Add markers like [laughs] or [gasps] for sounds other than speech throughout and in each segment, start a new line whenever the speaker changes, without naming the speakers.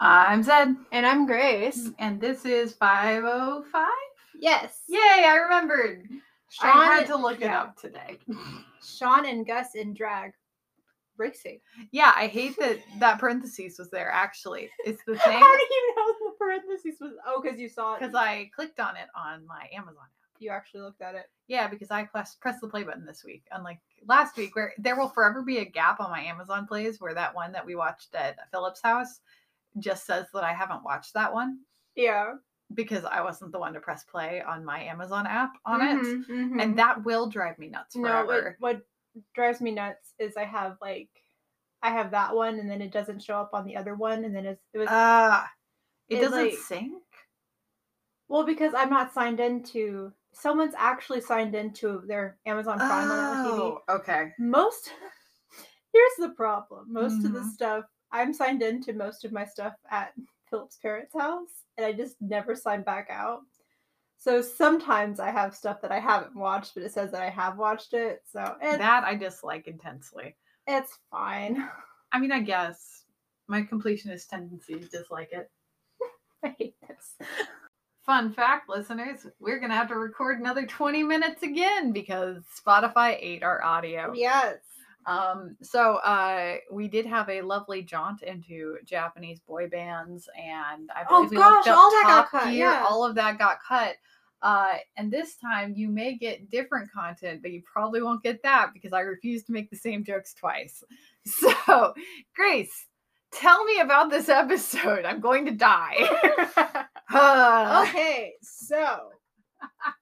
I'm Zed,
And I'm Grace.
and this is 505.
Yes.
Yay, I remembered. I had
Sean,
to look it
yeah.
up today.
Sean and Gus in drag racing.
Yeah, I hate that that parentheses was there actually. It's
[laughs]
the
[laughs] How
thing
do you know the parentheses was? Oh, because
[laughs]
you saw it.
because I clicked on it on my Amazon app.
you actually looked at it.
Yeah, because I press, pressed the play button this week, unlike last week, where there will forever be a gap on my Amazon plays where that one that we watched at Philip's house just says that I haven't watched that one
Yeah.
because I wasn't the one to press play on my Amazon app on it. and that will drive me nuts
Mm-hmm. no, what,
Mm-hmm, forever.
what drives me nuts is I have like, I have that one, and then it doesn't show up on the other one, and then it's, it was
Ah, it,
it,
doesn't
like-
sync.
well because I'm not signed into. Someone's actually signed into their Amazon Prime on Apple TV.
Oh, okay.
most [laughs] here's the problem most of the
Mhm.
stuff i'm signed into most of my stuff at philip's parents house and i just never sign back out so sometimes i have stuff that i haven't watched but it says that i have watched it so it,
that I dislike intensely.
it's fine [laughs]
I mean, I guess my completionist tendencies dislike it.
i hate this
Fun fact, listeners, we're going to have to record another 20 minutes again because Spotify ate our audio.
yes
Um, so uh, we did have a lovely jaunt into Japanese boy bands, and I
Oh
believe we
gosh,
looked up
all that
Top
got cut,
Gear,
yeah.
All of that got cut. Uh, and this time you may get different content, but you probably won't get that because I refuse to make the same jokes twice. [laughs] So, Grace, tell me about this episode. I'm going to die. [laughs]
[laughs]
Uh,
okay so [laughs]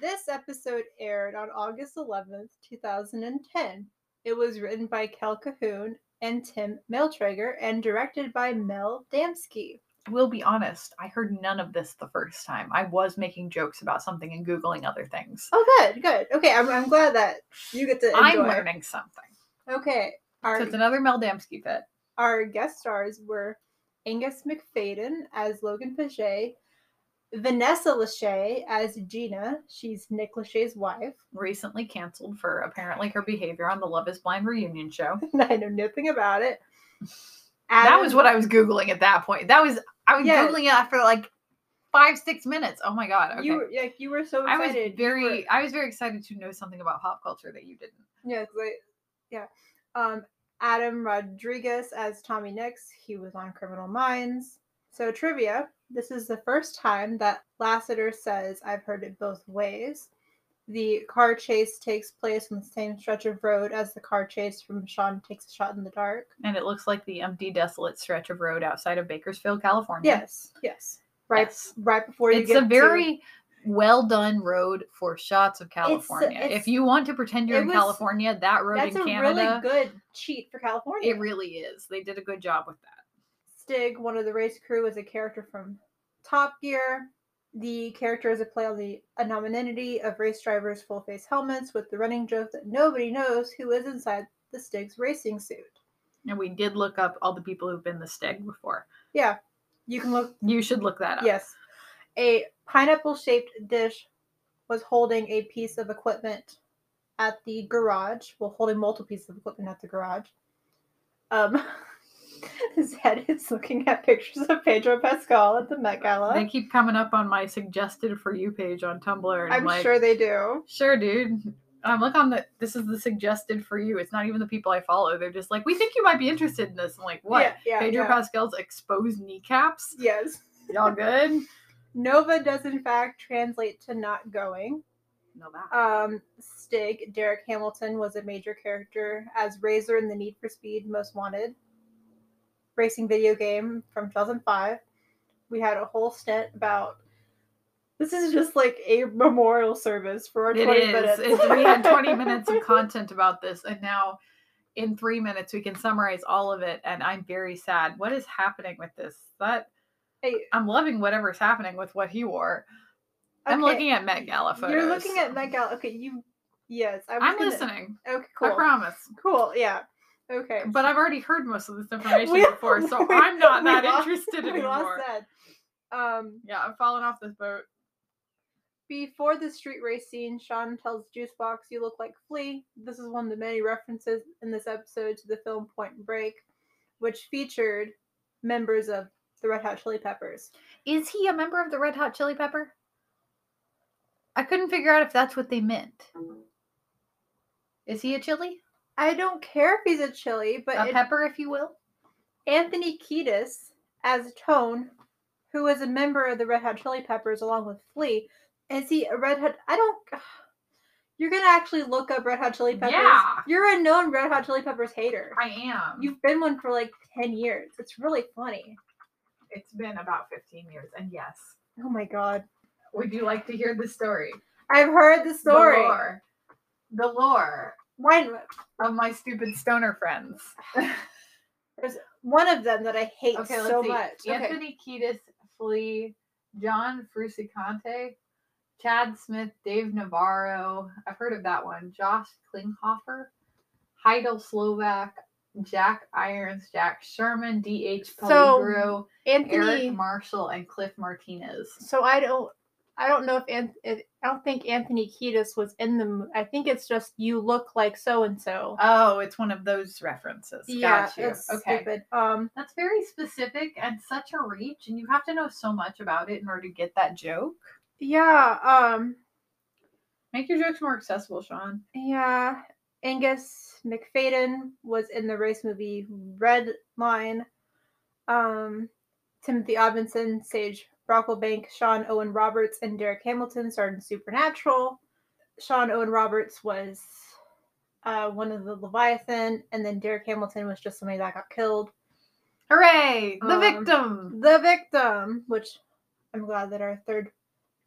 this episode aired on august 11th 2010 it was written by kel cahoon and tim meltrager and directed by mel damsky
I will be honest, I heard none of this the first time. I was making jokes about something and Googling other things.
Oh, good, good. Okay, I'm, I'm glad that you get to enjoy.
I'm learning something.
Okay,
So
our,
it's another Mel Damsky bit.
our guest stars were Angus McFadden as Logan Paget, Vanessa Lachey as Gina, she's Nick Lachey's wife, [laughs]
Recently canceled for apparently her behavior on the Love is Blind reunion show.
and I know nothing about it.
that was what I was Googling at that point. That was, I was
Yeah.
Googling it after like five, six minutes. Oh my God. Okay.
you were, like. You were so
I was
excited. You
very,
were-
I was very excited to know something about pop culture that you didn't.
yeah, 'cause I- yeah. Um, Adam Rodriguez as Tommy Nix. He was on Criminal Minds. So trivia: This is the first time that Lassiter says, "I've heard it both ways." The car chase takes place on the same stretch of road as the car chase from Sean Takes a Shot in the Dark.
And it looks like the empty, desolate stretch of road outside of Bakersfield, California.
Yes, yes. Right,
Uh-huh. Yes.
right before you
It's
get
a
to-
very well done road for shots of California. if
it's-
you want to pretend you're
it
in
was-
California, that road
that's
in
a
Canada,
really good cheat for California.
it really is. They did a good job with that.
Stig, one of the race crew, is a character from Top Gear. The character is a play on the anonymity of race drivers' full face helmets with the running joke that nobody knows who is inside the Stig's racing suit.
And we did look up all the people who've been the stag before.
You can look,
You should look that up.
yes. A pineapple shaped dish was holding a piece of equipment at the garage, well, holding multiple pieces of equipment at the garage. Um, [laughs] his head is looking at pictures of Pedro Pascal at the Met Gala.
They keep coming up on my suggested for you page on Tumblr. And I'm,
I'm
like,
sure they do.
Sure, dude. Um, look on the. This is the suggested for you. It's not even the people I follow. They're just like, we think you might be interested in this. I'm like, what?
Yeah, yeah,
Pedro
yeah.
Pascal's exposed kneecaps.
Yes.
Y'all good? [laughs]
Nova does in fact translate to not going.
no, that.
Um, Stig, Derek Hamilton was a major character as Razor in the Need for Speed Most Wanted racing video game from 2005. We had a whole stint about. This is just like a memorial service for our
It
20
is.
minutes.
It's- we had
[laughs]
20 minutes of content about this, and now in three minutes we can summarize all of it. And I'm very sad. What is happening with this? That
Hey,
I'm loving whatever's happening with what he wore. I'm
okay,
looking at Met Gala photos.
You're looking at Met Gala. Okay, you. Yes, I was
I'm
gonna-
listening.
Okay, cool.
I promise.
Cool. Yeah. Okay.
But I've already heard most of this information
[laughs] We-
before, so
[laughs] we-
I'm not
we
that
lost-
interested
[laughs] we
anymore.
lost that. Um,
Yeah, I'm falling off this boat.
before the street race scene, Sean tells Juicebox, "You look like Flea." This is one of the many references in this episode to the film Point Break, which featured members of the Red Hot Chili Peppers.
Is he a member of the Red Hot Chili Pepper? I couldn't figure out if that's what they meant. Is he a chili?
I don't care if he's a chili, but
A
it-
pepper, if you will?
Anthony Kiedis as Tone, who is a member of the Red Hot Chili Peppers along with Flea. Is he a Red Hot? I don't. [sighs] You're gonna actually look up Red Hot Chili Peppers.
Yeah.
You're a known Red Hot Chili Peppers hater.
I am.
You've been one for like ten years. It's really funny.
It's been about 15 years, and yes.
Oh my god.
Would you like to hear the story?
I've heard the
Story.
story.
The lore, the lore
One
of my stupid stoner friends.
one of them that I hate
Okay, let's
so
see.
much. Okay.
Anthony Kiedis, Flea, John Frusicante, Chad Smith, Dave Navarro. I've heard of that one. Josh Klinghoffer, Heidel Slovak, Jack Irons, Jack Sherman, D.H.
So,
Pellegro,
Anthony.
Eric Marshall, and Cliff Martinez.
so I don't. I don't know if, Anth- if I don't think Anthony Kiedis was in the. mo- I think it's just you look like so and so.
Oh, it's one of those references.
Yeah,
Got you.
it's
okay.
stupid. Um,
That's very specific and such a reach, and you have to know so much about it in order to get that joke.
yeah, um,
Make your jokes more accessible, Sean.
yeah. Angus McFadden was in the race movie Red Line. Um, Timothy Robinson, Sage Brocklebank, Sean Owen Roberts, and Derek Hamilton starred in Supernatural. Sean Owen Roberts was uh, one of the Leviathan, and then Derek Hamilton was just somebody that got killed.
Hooray! The
Um,
victim.
The victim, which I'm glad that our third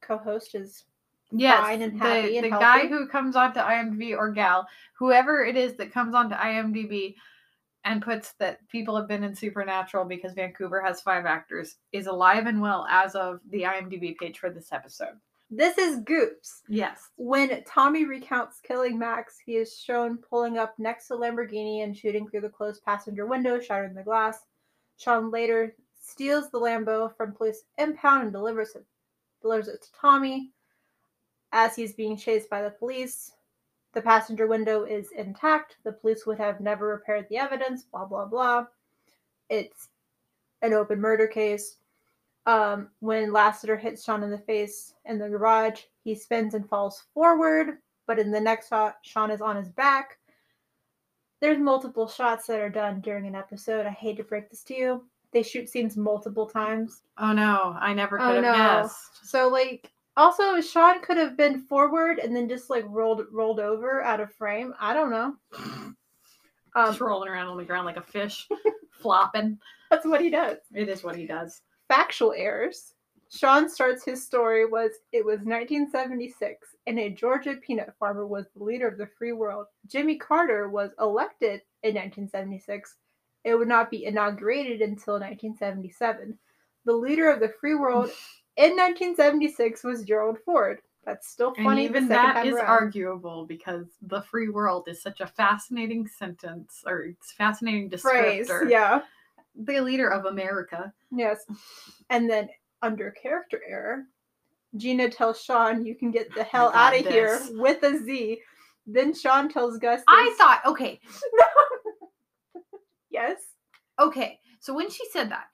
co-host is
Yes,
fine and
the,
happy and
the guy
healthy.
who comes onto IMDb or gal, whoever it is that comes onto IMDb and puts that people have been in Supernatural because Vancouver has five actors, is alive and well as of the IMDb page for this episode.
This is Goops.
Yes.
When Tommy recounts killing Max, he is shown pulling up next to Lamborghini and shooting through the closed passenger window, shattering the glass. Sean later steals the Lambo from police impound and delivers it, delivers it to Tommy. As he's being chased by the police, the passenger window is intact. The police would have never repaired the evidence. Blah blah blah. It's an open murder case um, when Lassiter hits Sean in the face in the garage, he spins and falls forward, but in the next shot, Sean is on his back. There's multiple shots that are done during an episode. I hate to break this to you. They shoot scenes multiple times.
Oh no, I never
Oh,
could have
no.
guessed.
So like also Sean could have been forward and then just like rolled rolled over out of frame. I don't know. Um,
Just rolling around on the ground like a fish, [laughs] flopping.
that's what he does.
It is what he does.
factual errors. Sean starts his story was it was 1976 and a Georgia peanut farmer was the leader of the free world. Jimmy Carter was elected in 1976. It would not be inaugurated until 1977. The leader of the
[sighs]
free world in 1976 was Gerald Ford. That's still
And
funny. the
even
second
that
time
is
around.
arguable because the free world is such a fascinating sentence or it's fascinating descriptor.
phrase. Yeah.
The leader of America.
Yes. And then under character error, Gina tells Sean, "You can get the hell
got
out of here
this.
with a Z." Then Sean tells Gus,
I
there's-
thought, okay,
yes,
okay. So when she said that,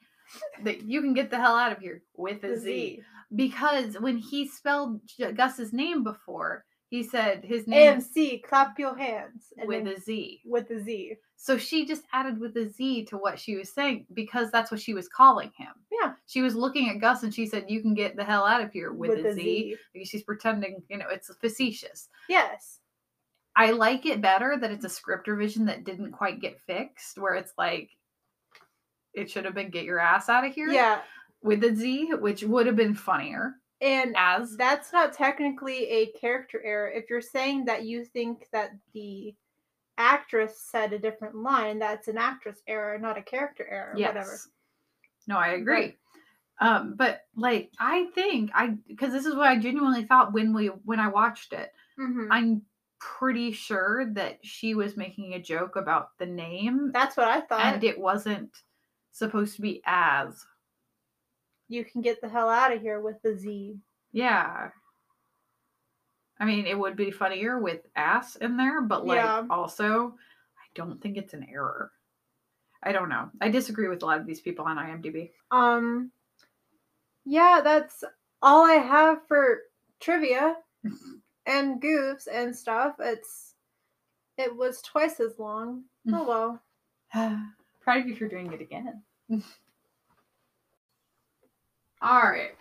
that you can get the hell out of here with a Z, because when he spelled J- Gus's name before, he said his name is
AMC, clap your hands, and
with
with
a Z.
with a Z.
So she just added with a Z to what she was saying because that's what she was calling him.
Yeah.
She was looking at Gus and she said, You can get the hell out of here with, a Z. Because she's pretending, you know, it's facetious.
Yes.
I like it better that it's a script revision that didn't quite get fixed, where it's like, it should have been get your ass out of here
Yeah.
with a Z, which would have been funnier
And
as
that's not technically a character error. If you're saying that you think that the actress said a different line, that's an actress error, not a character error. Whatever.
Yes. No, I agree. Um, but like I think I because this is what I genuinely thought when we when I watched it.
Mhm.
I'm pretty sure that she was making a joke about the name
That's what I thought.
and it wasn't supposed to be as.
you can get the hell out of here with the Z.
Yeah. I mean, it would be funnier with ass in there, but like
Yeah.
also I don't think it's an error. I don't know. I disagree with a lot of these people on IMDb. [sighs]
Um, yeah, that's all I have for trivia and goofs and stuff. It's it was twice as long. Oh well.
Proud of you for doing it again. [laughs] All right.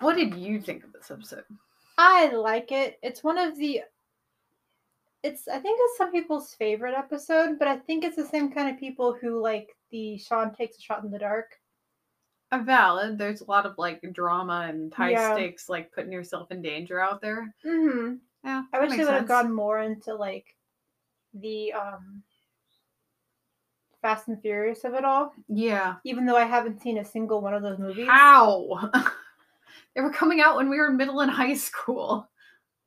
What did you think of this episode?
I like it. It's one of the it's I think it's some people's favorite episode, but I think it's the same kind of people who like the Sean takes a shot in the dark.
A valid. There's a lot of like drama and high
Yeah.
stakes, like putting yourself in danger out there.
Mm-hmm.
Yeah.
I
that
wish they
makes
would have
sense.
gone more into like the um Fast and Furious of it all,
Yeah.
even though I haven't seen a single one of those movies.
How? [laughs] they were coming out when we were in middle and high school.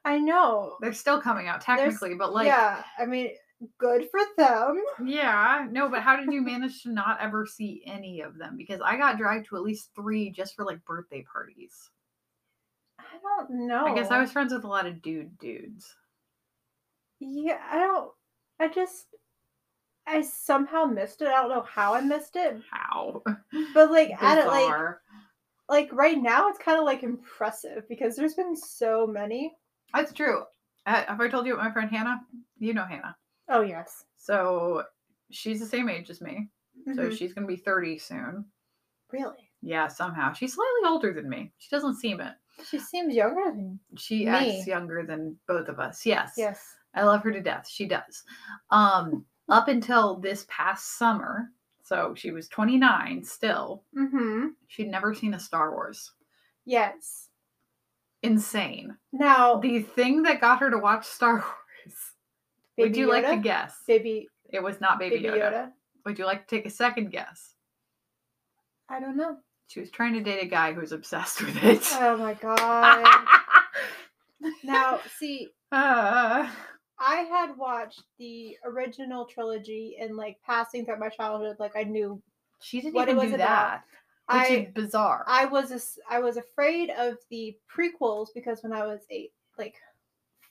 I know.
They're still coming out
There's-
technically, but like yeah.
yeah, I mean, good for them.
No, but how did you manage to not ever see any of them? Because I got dragged to at least three just for like birthday parties.
I don't know.
I guess I was friends with a lot of dude dudes.
Yeah, I don't. I just. I somehow missed it. I don't know how I missed it,
How?
but like at it, like
Bizarre.
like right now, it's kind of like impressive because there's been so many.
That's true. Uh, have I told you about my friend Hannah? You know Hannah.
Oh yes.
So she's the same age as me. So
Mhm.
she's going to be 30 soon.
really,
Yeah, somehow. She's slightly older than me. She doesn't seem it.
she seems younger than
She
Me.
acts younger than both of us. Yes.
yes.
I love her to death. She does. Um, up until this past summer, so she was 29 still,
Mm-hmm.
she'd never seen a Star Wars.
Yes.
Insane.
Now,
The thing that got her to watch Star [laughs] Wars. Would
Baby
you like to
Yoda?
guess?
baby
It was not Baby,
baby
Yoda.
Yoda.
Would you like to take a second guess?
I don't know.
She was trying to date a guy who was obsessed with it.
Oh my god. now, see,
[laughs] Uh,
I had watched the original trilogy and like passing throughout my childhood, like I knew
she didn't
What it
even
was
do
about.
that, which
I
is bizarre.
I was as- I was afraid of the prequels because when I was eight, like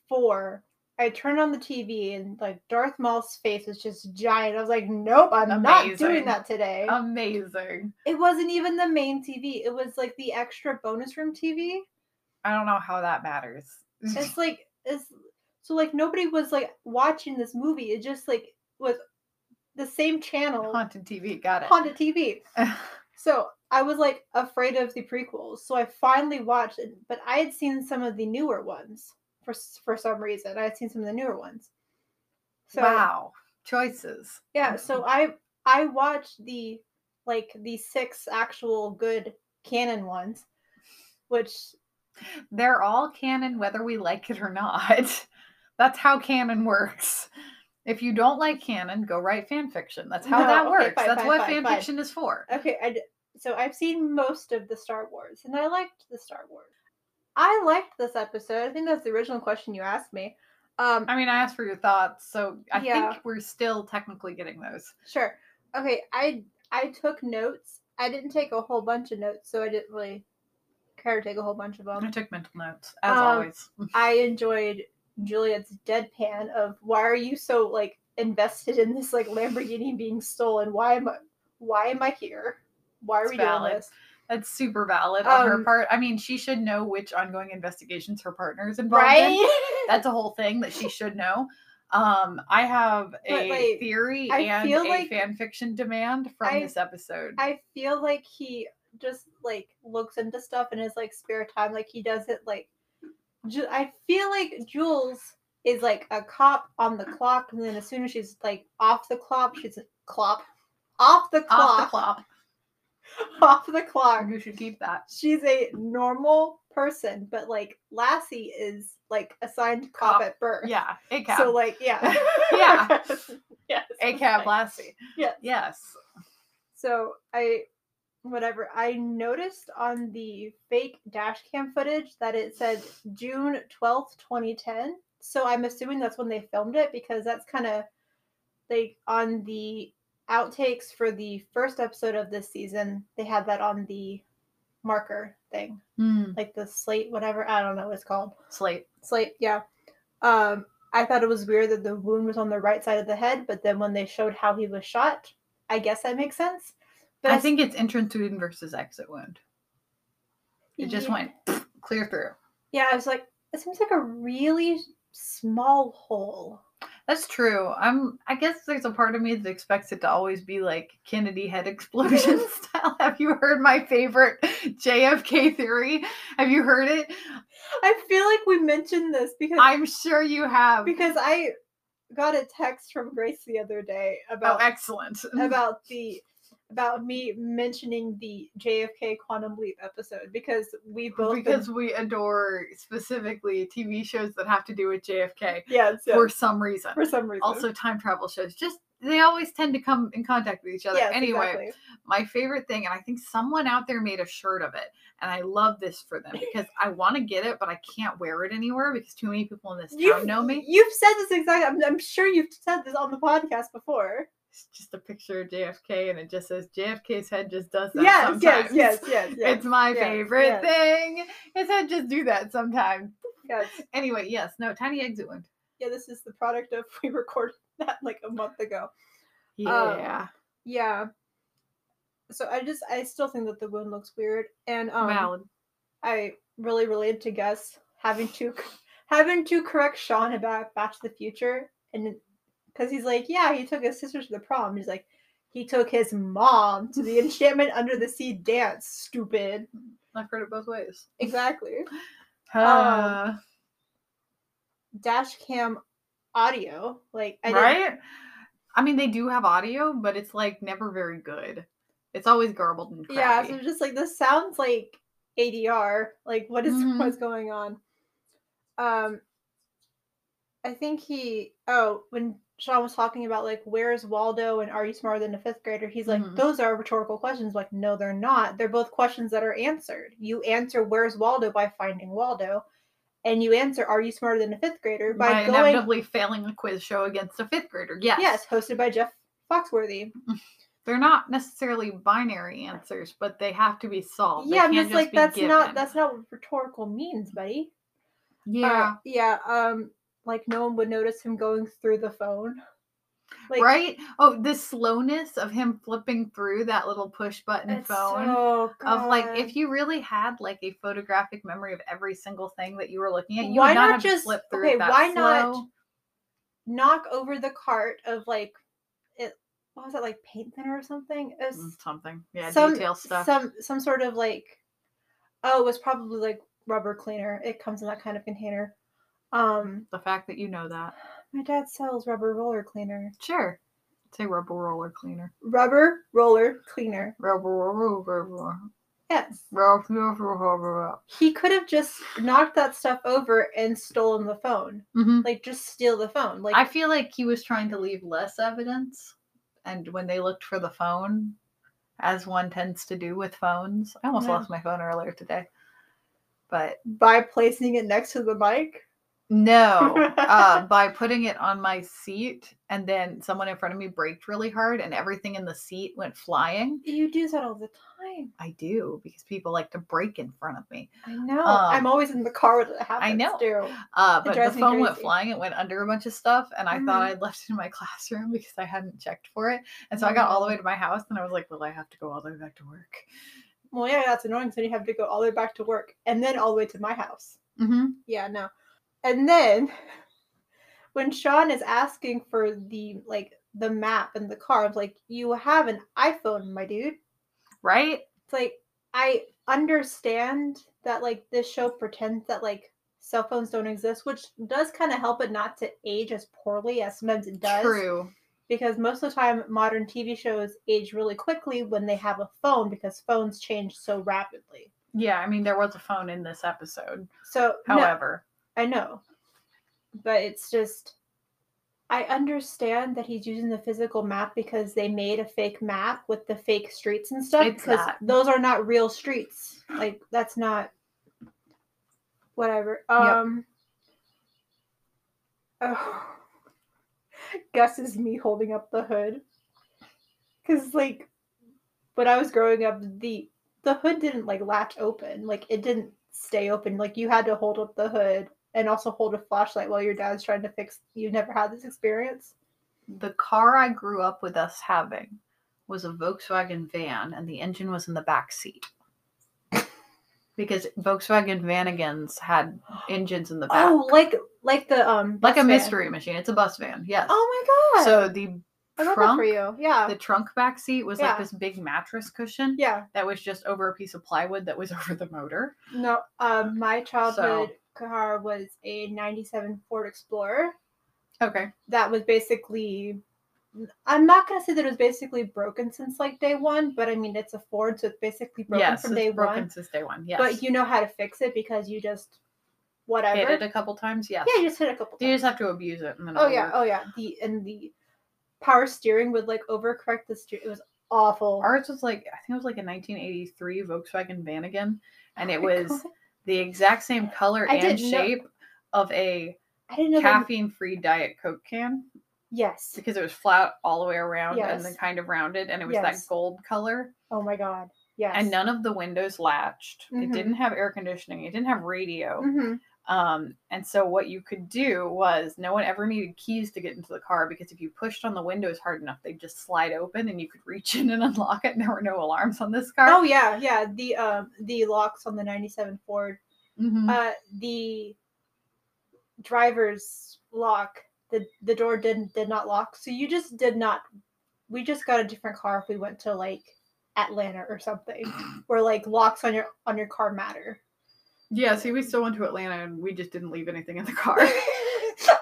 four, I turned on the TV and like Darth Maul's face was just giant. I was like, nope, I'm not
Amazing.
doing that today.
Amazing.
it wasn't even the main TV; it was like the extra bonus room TV.
I don't know how that matters. [laughs]
It's like it's so like nobody was like watching this movie. It just like was the same channel
Haunted TV, got it.
on the TV. So I was like afraid of the prequels. So I finally watched it, but I had seen some of the newer ones for s- for some reason. I had seen some of the newer ones. So
wow, choices.
yeah, so I I watched the like the six actual good canon ones, which
They're all canon, whether we like it or not. [laughs] That's how canon works. If you don't like canon, go write fan fiction. That's how
No,
that
okay,
works.
fine,
That's
fine,
what
fine,
fan
fine. Uh,
fiction is for.
okay, I d- so I've seen most of the Star Wars and I liked the Star Wars. I liked this episode. I think that's the original question you asked me. Um,
I mean, I asked for your thoughts, so I
Yeah.
think we're still technically getting those.
Sure. Okay, I I took notes. I didn't take a whole bunch of notes, so I didn't really care to take a whole bunch of
I [laughs]
them.
took mental notes, as
um,
always.
I enjoyed Juliet's deadpan of why are you so like invested in this like Lamborghini being stolen? Why am I why am I here? Why are
It's
we
valid.
doing this?
That's super valid on her
um,
part. I mean, she should know which ongoing investigations her partner is involved in.
Right? [laughs]
That's a whole thing that she should know. Um, I have a
like,
theory
I
and
feel
a
like-
fan fiction demand from
I-
this episode.
I feel like he just like looks into stuff in his like spare time. Like he does it like Ju- I feel like Jules is like a cop on the clock, and then as soon as she's like off the clock, she's a clop off the
Off the Mhm.
clock, [laughs]
clock.
off the clock.
You should keep that.
She's a normal person, but like Lassie is like assigned cop,
Cop,
at birth.
Yeah, ACAB.
So like yeah.
[laughs] Yeah.
[laughs] yes.
ACAB Lassie.
Yes.
Yes.
So I, whatever, I noticed on the fake dash cam footage that it said June 12th, 2010. So I'm assuming that's when they filmed it because that's kind of like on the outtakes for the first episode of this season, they had that on the marker thing,
Hmm,
like the slate, whatever. I don't know what it's called.
Slate.
Slate, yeah. Um, I thought it was weird that the wound was on the right side of the head, but then when they showed how he was shot, I guess that makes sense.
I think it's entrance wound versus exit wound. It just
Yeah.
went [sniffs] clear through.
Mm-hmm. Yeah, I was like, it seems like a really small hole.
That's true. I'm. I guess there's a part of me that expects it to always be like Kennedy head explosion [laughs] style. Have you heard my favorite [laughs] JFK theory? Have you heard it?
I feel like we mentioned this because
I'm sure you have.
because I got a text from Grace the other day
Oh,
about
excellent.
about the about me mentioning the JFK quantum leap episode because we both been-
Because we adore specifically TV shows that have to do with JFK
yes, yes,
for some reason.
for some reason
Also, time travel shows. Just they always tend to come in contact with each other.
Yes,
anyway,
exactly.
my favorite thing, and I think someone out there made a shirt of it, and I love this for them because I want to get it, but I can't wear it anywhere because too many people in this
You've-
town know
[laughs]
me.
You've said this exactly. I'm, I'm sure you've said this on the podcast before.
It's just a picture of JFK, and it just says JFK's head just does that.
yes,
sometimes.
yes, yes, yes,
[laughs]
yes,
It's my
yes,
favorite
yes.
thing. His head just do that sometimes.
yes.
Anyway, yes, no, tiny exit wound.
Yeah, this is the product of [laughs] we recorded that like a month ago.
Yeah,
Yeah. So I just I still think that the wound looks weird, and um,
valid.
I really related to Gus having to [laughs] having to correct Sean about Back to the Future, and because he's like, yeah, he took his sister to the prom. He's like, he took his mom to the Enchantment Under the Sea dance. Stupid.
I've heard it both ways.
Exactly. um,
Uh,
Dash cam audio, like I didn't-
right? I mean, they do have audio, but it's like never very good. It's always garbled and
Yeah,
crappy.
so just like this sounds like ADR. Like what is- [laughs]
Mhm.
what's going on? Um I think he oh, when Sean was talking about like where's Waldo and are you smarter than a fifth grader? He's like,
Mhm.
those are rhetorical questions. Like, no, they're not. They're both questions that are answered. You answer where's Waldo by finding Waldo, and you answer are you smarter than a fifth grader by,
by,
going
inevitably failing a quiz show against a fifth grader. Yes.
yes, hosted by Jeff Foxworthy.
They're not necessarily binary answers, but they have to be solved. Oh, They
yeah, I'm
can't
just like
be
that's not
given.
that's not what rhetorical means, buddy. Uh,
yeah.
yeah. Um, like no one would notice him going through the phone. Like,
right? Oh, the slowness of him flipping through that little push button
It's
phone.
so
of like if
good.
you really had like a photographic memory of every single thing that you were looking at, you
Why
would not,
not
have
just-
to flip through
okay,
it that
why not
slow.
knock over the cart of like it. What was it like paint thinner or something? It was
Mm, something. Yeah,
some
detail stuff.
some some sort of like oh, it was probably like rubber cleaner. It comes in that kind of container. Um,
the fact that you know that.
my dad sells rubber roller cleaner.
Sure. Say rubber roller cleaner.
Rubber roller cleaner.
Rubber roller roller.
Yes.
roller, roller, roller, roller.
He could have just knocked that stuff over and stolen the phone.
Mhm.
Like just steal the phone. Like
I feel like he was trying to leave less evidence. And when they looked for the phone, as one tends to do with phones, I almost
Yeah.
lost my phone earlier today. But
by placing it next to the mic.
no,
[laughs]
uh, by putting it on my seat, and then someone in front of me braked really hard, and everything in the seat went flying.
You do that all the time.
I do because people like to brake in front of me.
I know.
Um,
I'm always in the car when it happens.
know.
Too.
Uh, but
It
the
drives me
phone went
crazy.
flying. It went under a bunch of stuff, and I thought
Mhm.
I'd left it in my [laughs] classroom because I hadn't checked for it. And so I
Mm-hmm.
got all the way to my house, and I was like, "Well, I have to go all the way back to work."
Well, yeah, that's annoying. So you have to go all the way back to work and then all the way to my house.
Mm-hmm.
Yeah, no. And then [laughs] when Sean is asking for the like the map and the car, I'm like, you have an iPhone, my dude.
Right?
it's like I understand that like this show pretends that like cell phones don't exist, which does kind of help it not to age as poorly as sometimes it does.
True.
Because most of the time, modern TV shows age really quickly when they have a phone because phones change so rapidly.
Yeah, I mean there was a phone in this episode.
So, no,
However,
I know, but it's just I understand that he's using the physical map because they made a fake map with the fake streets and stuff
It's
because
that.
those are not real streets. Like that's not whatever.
Yep.
Um Oh. [laughs] Gus is me holding up the hood. Cuz like when I was growing up the the hood didn't like latch open. Like it didn't stay open. Like you had to hold up the hood and also hold a flashlight while your dad's trying to fix. You never had this experience.
the car I grew up with us having was a Volkswagen van and the engine was in the back seat. Because Volkswagen Vanagons
[gasps]
had engines in the back.
Oh, like like the um
like a
bus van.
mystery machine. It's a bus van, yes.
Oh my god.
so the
I love that
trunk
for you. Yeah.
the trunk back seat was
Yeah.
like this big mattress cushion
yeah.
that was just over a piece of plywood that was [laughs] over the motor.
No, um my childhood car was a 97 Ford Explorer
Okay.
that was basically I'm not gonna say that it was basically broken since like day one, but I mean it's a Ford, so it's basically broken
yes,
from
it's
day
broken
one.
since day one. Yes.
But you know how to fix it because you just whatever.
hit it a couple times. Yes.
yeah, you just hit it a couple times.
You just have to abuse it. And then
Oh
it'll
yeah,
work.
oh yeah. The and the power steering would like overcorrect the steer. It was awful.
Ours was like I think it was like a 1983 Volkswagen Vanagon, and
Oh
it
my
was
God.
the exact same color
I
and
didn't know-
shape of a
I didn't know. that-
caffeine-free Diet Coke can
yes.
because it was flat all the way around and then
Yes.
kind of rounded, and it was
Yes.
that gold color.
Oh my god. Yes.
and none of the windows latched.
Mhm.
It didn't have air conditioning. It didn't have radio.
hmm
Um, and so what you could do was no one ever needed keys to get into the car because if you pushed on the windows hard enough, they'd just slide open and you could reach [laughs] in and unlock it. And there were no alarms on this car.
Oh yeah, yeah. The um the locks on the '97 Ford.
Mhm.
Uh, the driver's lock. The the door didn't did not lock. So you just did not. We just got a different car if we went to like Atlanta or something,
[clears throat]
where like locks on your on your car matter.
yeah. See, we still went to Atlanta and we just didn't leave anything in the car.
[laughs]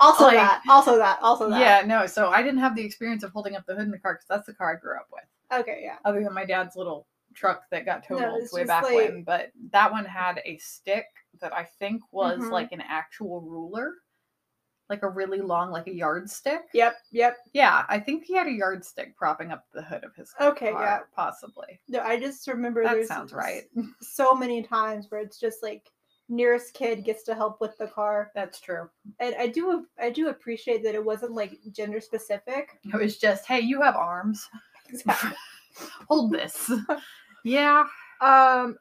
also
Like-
that. Also that. Also
[laughs]
that.
yeah. No. So I didn't have the experience of holding up the hood in the car because that's the car I grew up with.
Okay. Yeah.
other than my dad's little truck that got
No,
totaled
it's
way
just
back
like-
when. But that one had a stick that I think was
Mhm.
like an actual ruler, like a really long, like a yardstick.
Yep. Yep.
Yeah, I think he had a yardstick propping up the hood of his
Okay.
car,
Yeah.
possibly.
No, I just remember
That
there's
sounds
s-
right.
so many times where it's just like nearest kid gets to help with the car,
That's true.
and I do I do appreciate that it wasn't like gender specific.
It was just, hey, you have arms. [laughs] Hold this. yeah.
[laughs] um,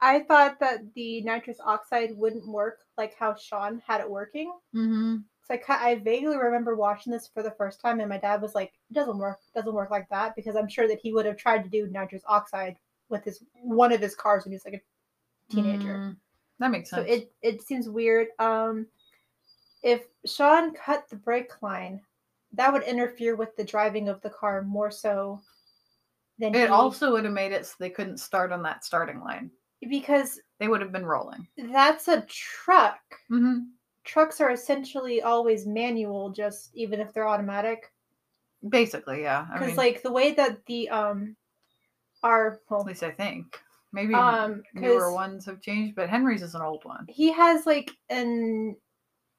I thought that the nitrous oxide wouldn't work like how Sean had it working.
Mm-hmm.
So I, ki- I vaguely remember watching this for the first time, and my dad was like, "It doesn't work, doesn't work like that," because I'm sure that he would have tried to do nitrous oxide with his one of his cars when he was like a teenager.
Mm, That makes
So
sense.
it it seems weird. Um, if Sean cut the brake line, that would interfere with the driving of the car more so than
it
he-
also would have made it so they couldn't start on that starting line.
because
They would have been rolling.
that's a truck.
Mm-hmm.
Trucks are essentially always manual, just even if they're automatic.
Basically, yeah. I
Because
mean-
like the way that the um our well,
At least I think. Maybe
um
newer
'cause
ones have changed, but Henry's is an old one.
he has like an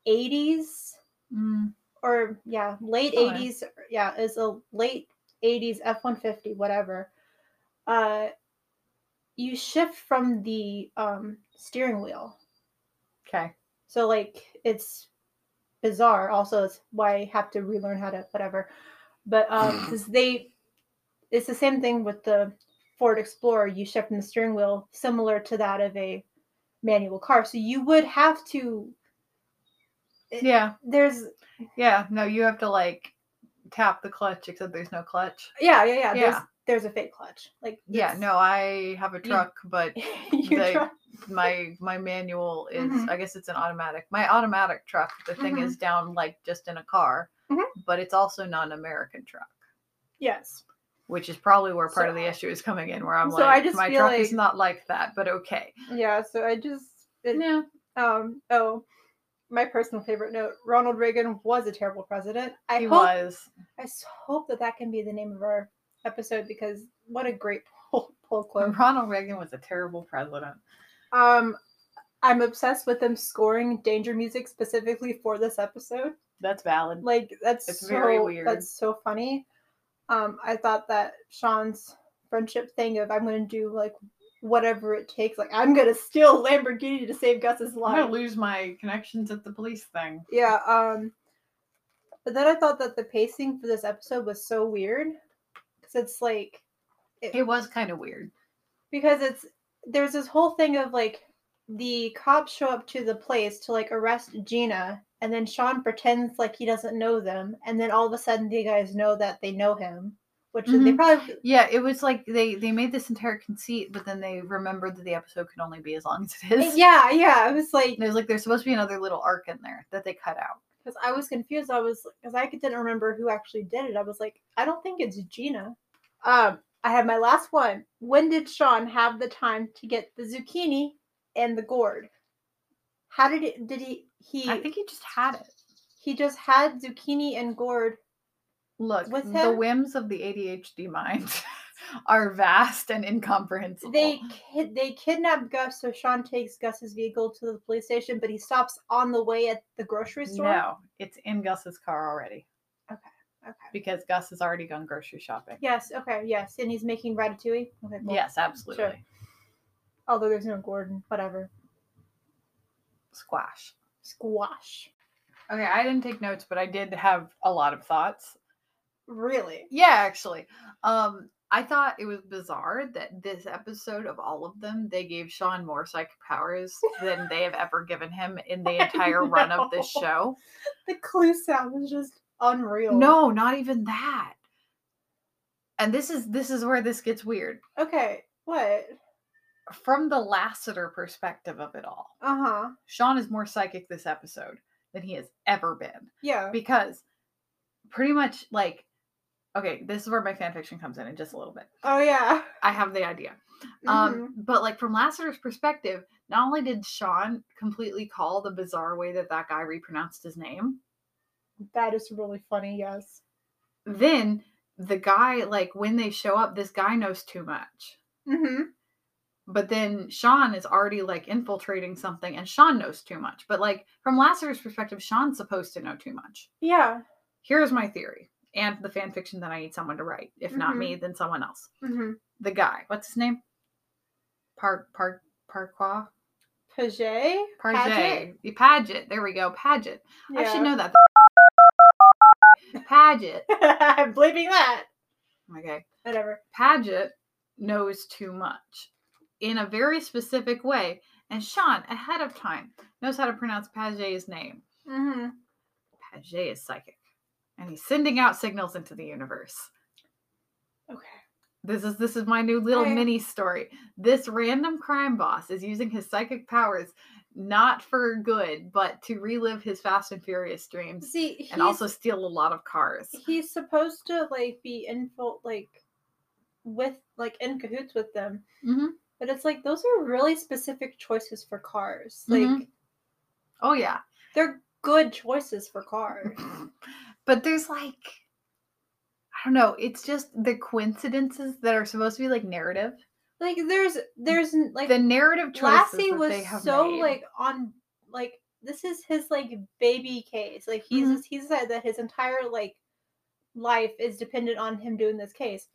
80s
Mm,
or yeah, late
Oh, yeah.
80s. Yeah, it's a late 80s F 150, whatever. Uh, you shift from the um, steering wheel.
okay.
So, like, it's bizarre. Also, it's why I have to relearn how to whatever. But um, 'cause they, it's the same thing with the Ford Explorer. You shift from the steering wheel, similar to that of a manual car. So, you would have to, It-
Yeah.
there's
Yeah. No, you have to like tap the clutch, except there's no clutch.
Yeah, yeah, yeah. There's,
Yeah.
there's a fake clutch. Like
Yeah.
it's-
No, I have a truck, but
[laughs] you
they-
try-
my my manual is
Mhm.
I guess it's an automatic. My automatic truck, the thing
Mhm.
is down like just in a car,
Mhm.
but it's also not an American truck.
yes.
Which is probably where part
So-
of the issue is coming in, where I'm
so I
like,
just
my
feel
truck is
like-
not like that, but okay.
Yeah, so I just it,
Yeah,
um oh my personal favorite note, Ronald Reagan was a terrible president. I
he
hope
was.
I s- hope that that can be the name of our episode because what a great [laughs] poll poll quote.
[laughs] Ronald Reagan was a terrible president. Mm-hmm.
Um I'm obsessed with them scoring danger music specifically for this episode.
That's valid.
Like that's
It's
so,
very weird.
That's so funny. Um, I thought that Sean's friendship thing of I'm gonna do like whatever it takes, like I'm gonna steal Lamborghini to save Gus's
I'm
life.
gonna lose my connections at the police thing.
Yeah. Um, but then I thought that the pacing for this episode was so weird because it's like
It was kind of weird.
because it's there's this whole thing of like the cops show up to the place to like arrest Gina and then Sean pretends like he doesn't know them and then all of a sudden the guys know that they know him which is they
Mhm.
probably
Yeah, it was like they they made this entire conceit, but then they remembered that the episode could only be as long as it is.
[laughs] yeah yeah. It was like
And it was like there's supposed to be another little arc in there that they cut out.
because I was confused. I was because I didn't remember who actually did it. I was like, I don't think it's Gina. Um, I have my last one. When did Sean have the time to get the zucchini and the gourd? How did it? Did he? He
I think he just had it.
he just had zucchini and gourd.
Look,
With
the
him?
whims of the ADHD mind [laughs] are vast and incomprehensible.
They ki- they kidnap Gus, so Sean takes Gus's vehicle to the police station, but he stops on the way at the grocery store.
no, it's in Gus's car already
Okay.
because Gus has already gone grocery shopping.
Yes. Okay. Yes, and he's making ratatouille. Okay. Cool.
Yes, absolutely.
Although there's no Gordon. Whatever.
Squash.
Squash.
Okay, I didn't take notes, but I did have a lot of thoughts.
Really.
Yeah, actually. Um, I thought it was bizarre that this episode of all of them, they gave Sean more psychic powers than they have ever given him in the
[laughs] I
entire run of this
know.
show.
The clue sound was just unreal.
No, not even that. And this is this is where this gets weird.
Okay. What?
From the Lassiter perspective of it all,
Uh huh.
Sean is more psychic this episode than he has ever been.
Yeah.
Because pretty much like okay, this is where my fan fiction comes in in just a little bit.
Oh yeah. [laughs]
I have the idea.
Mhm.
Um, but like from Lassiter's perspective, not only did Sean completely call the bizarre way that that guy repronounced his name,
that is really funny. Yes.
then the guy like when they show up, this guy knows too much.
Mm-hmm.
But then Sean is already like infiltrating something, and Sean knows too much. But like from Lassiter's perspective, Sean's supposed to know too much.
Yeah.
Here's my theory, and the fan fiction that I need someone to write. If not me, then someone else.
Mm-hmm.
The guy, what's his name? Park Park Parquois.
Paget. Paget?
Parget. The Paget. There we go. Paget. I should
Yeah.
know that. Paget.
I'm blaming that.
Okay.
Whatever.
Paget knows too much in a very specific way. And Sean, ahead of time, knows how to pronounce Paget's name.
Mm-hmm.
Paget is psychic. And he's sending out signals into the universe.
Okay.
This is this is my new little
Okay.
mini story. This random crime boss is using his psychic powers not for good, but to relive his fast and furious dreams
See, he's,
and also steal a lot of cars.
he's supposed to like be info like with like in cahoots with them,
Mm-hmm.
but it's like those are really specific choices for cars. Like
Mhm. Oh yeah.
they're good choices for cars.
but there's like I don't know, it's just the coincidences that are supposed to be like narrative.
like there's there's n- like
the narrative choices
Lassie
that
was
they have
so
made.
like on like this is his like baby case. Like he's
Mhm.
just- he said that his entire like life is dependent on him doing this case.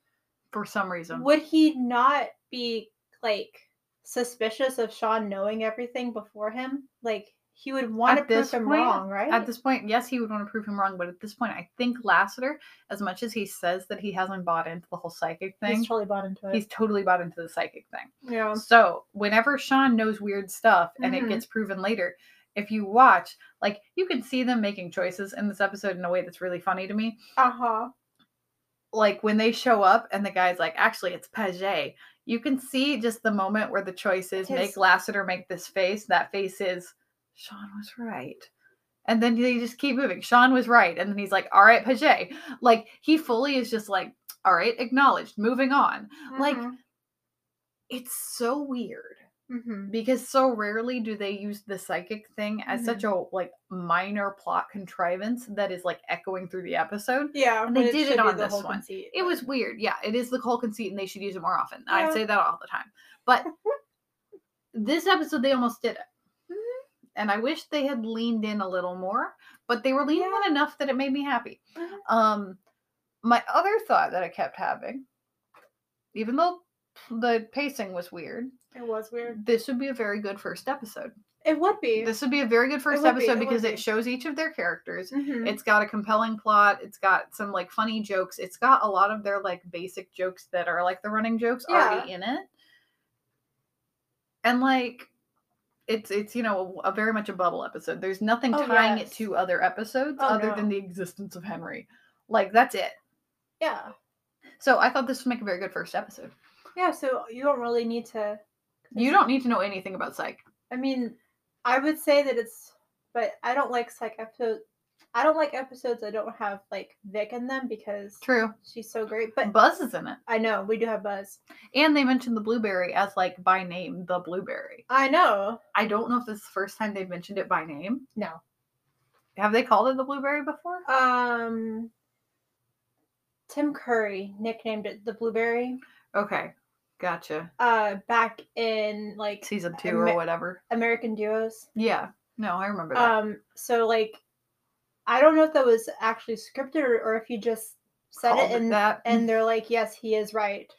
for some reason.
Would he not be like suspicious of Sean knowing everything before him? Like he would want to
At
prove
this
him
point-
wrong, right?
At this point, yes, he would want to prove him wrong, but at this point, I think Lassiter, as much as he says that he hasn't bought into the whole psychic
he's
thing,
totally bought into it.
he's totally bought into the psychic thing.
yeah.
So whenever Sean knows weird stuff and
Mhm.
it gets proven later, if you watch, like you can see them making choices in this episode in a way that's really funny to me.
Uh huh.
Like when they show up and the guy's like, actually it's Paget, you can see just the moment where the choice is
His-
make Lassiter make this face. That face is Sean was right. And then they just keep moving. Sean was right. And then he's like, all right, Paget. Like he fully is just like, all right, acknowledged, moving on. Like- It's so weird.
hmm
because so rarely do they use the psychic thing as such a like minor plot contrivance that is like echoing through the episode
yeah,
and they
when
did it
should be
on
the
this
whole
one.
conceit,
it
but-
was weird yeah it is the whole conceit and they should use it more often
Yeah.
i say that all the time
[laughs]
but this episode they almost did it
Mhm.
and i wish they had leaned in a little more but they were leaning in enough that it made me happy
Mhm.
um my other thought that i kept having even though the pacing was weird
it was weird.
this would be a very good first episode
It would be.
this would be a very good first
would be,
episode
it would
because
be.
it shows each of their characters.
Mhm.
It's got a compelling plot. It's got some like funny jokes. It's got a lot of their like basic jokes that are like the running jokes already in it. And like it's it's you know a, very much a bubble episode. There's nothing
Oh,
tying
yes.
it to other episodes
Oh,
other
no.
than the existence of Henry. Like that's it.
Yeah.
So I thought this would make a very good first episode.
Yeah, so you don't really need to.
You don't need to know anything about psych.
I mean, I would say that it's, but I don't like psych episodes. I don't like episodes that don't have like Vic in them because
True.
she's so great. But
Buzz is in it.
I know we do have Buzz.
And they mentioned the blueberry as like by name, the blueberry.
I know.
I don't know if this is the first time they've mentioned it by name.
No.
Have they called it the blueberry before?
Um, Tim Curry nicknamed it the Blueberry.
Okay. Gotcha.
Uh, back in like
Season two or
Ama-
whatever.
American Duos.
Yeah. No, I remember that.
Um, so like, I don't know if that was actually scripted or, or if you just said
Called
it and
that.
and they're like, yes, he is right.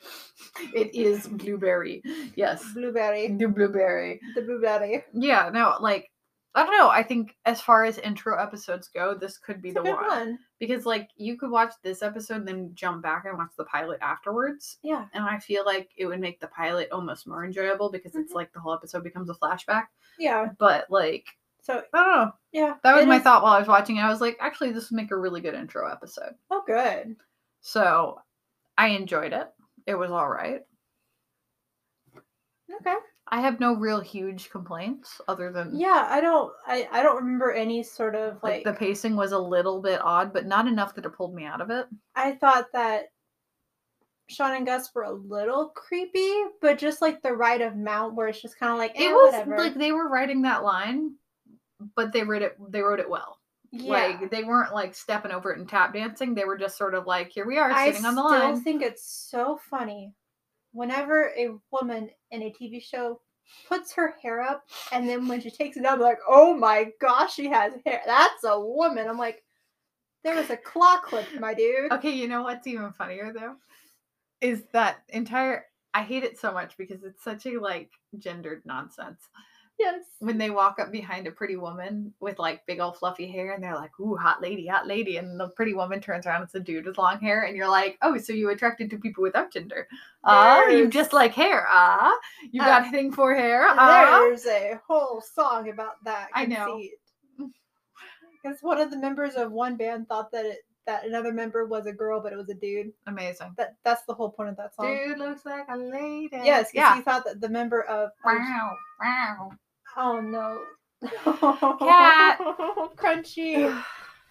[laughs] it is blueberry. Yes.
Blueberry,
The blueberry.
the blueberry.
Yeah, no, like I don't know. I think as far as intro episodes go, this could be
It's a
the
good
one.
one.
because like you could watch this episode and then jump back and watch the pilot afterwards.
Yeah,
And I feel like it would make the pilot almost more enjoyable because it's
Mhm.
like the whole episode becomes a flashback.
yeah.
But like
So
I don't know.
yeah,
That was
it
my
is-
thought while I was watching it. I was like, actually this would make a really good intro episode.
Oh, good.
So I enjoyed it. It was all right.
Okay.
I have no real huge complaints other than
Yeah, I don't. I I don't remember any sort of
like
like.
the pacing was a little bit odd, but not enough that it pulled me out of it.
I thought that. Sean and Gus were a little creepy, but just like the ride of Mount, where it's just kind of like eh,
it was
whatever.
like they were writing that line but they wrote it they wrote it well
yeah.
like they weren't like stepping over it and tap dancing they were just sort of like here we are
I
sitting on the
still
line
think it's so funny whenever a woman in a TV show puts her hair up, and then when she takes it down, like, oh my gosh, she has hair. That's a woman. I'm like, there was a claw clip, my dude.
okay you know what's even funnier though is that entire i hate it so much because it's such a like gendered nonsense
[laughs] Yes.
when they walk up behind a pretty woman with like big old fluffy hair and they're like ooh hot lady hot lady and the pretty woman turns around it's a dude with long hair and you're like oh so you attracted to people without gender ah you
There's-
just like hair ah you
Uh,
got a thing for hair ah
There's a whole song about that.
I know.
Because one of the members of one band thought that it, that another member was a girl, but it was a dude.
amazing
That that's the whole point of that song.
dude looks like a lady
Yes, because
yeah
he thought that the member of of
wow wow
Oh
[laughs]
no.
Cat.
[laughs] Crunchy.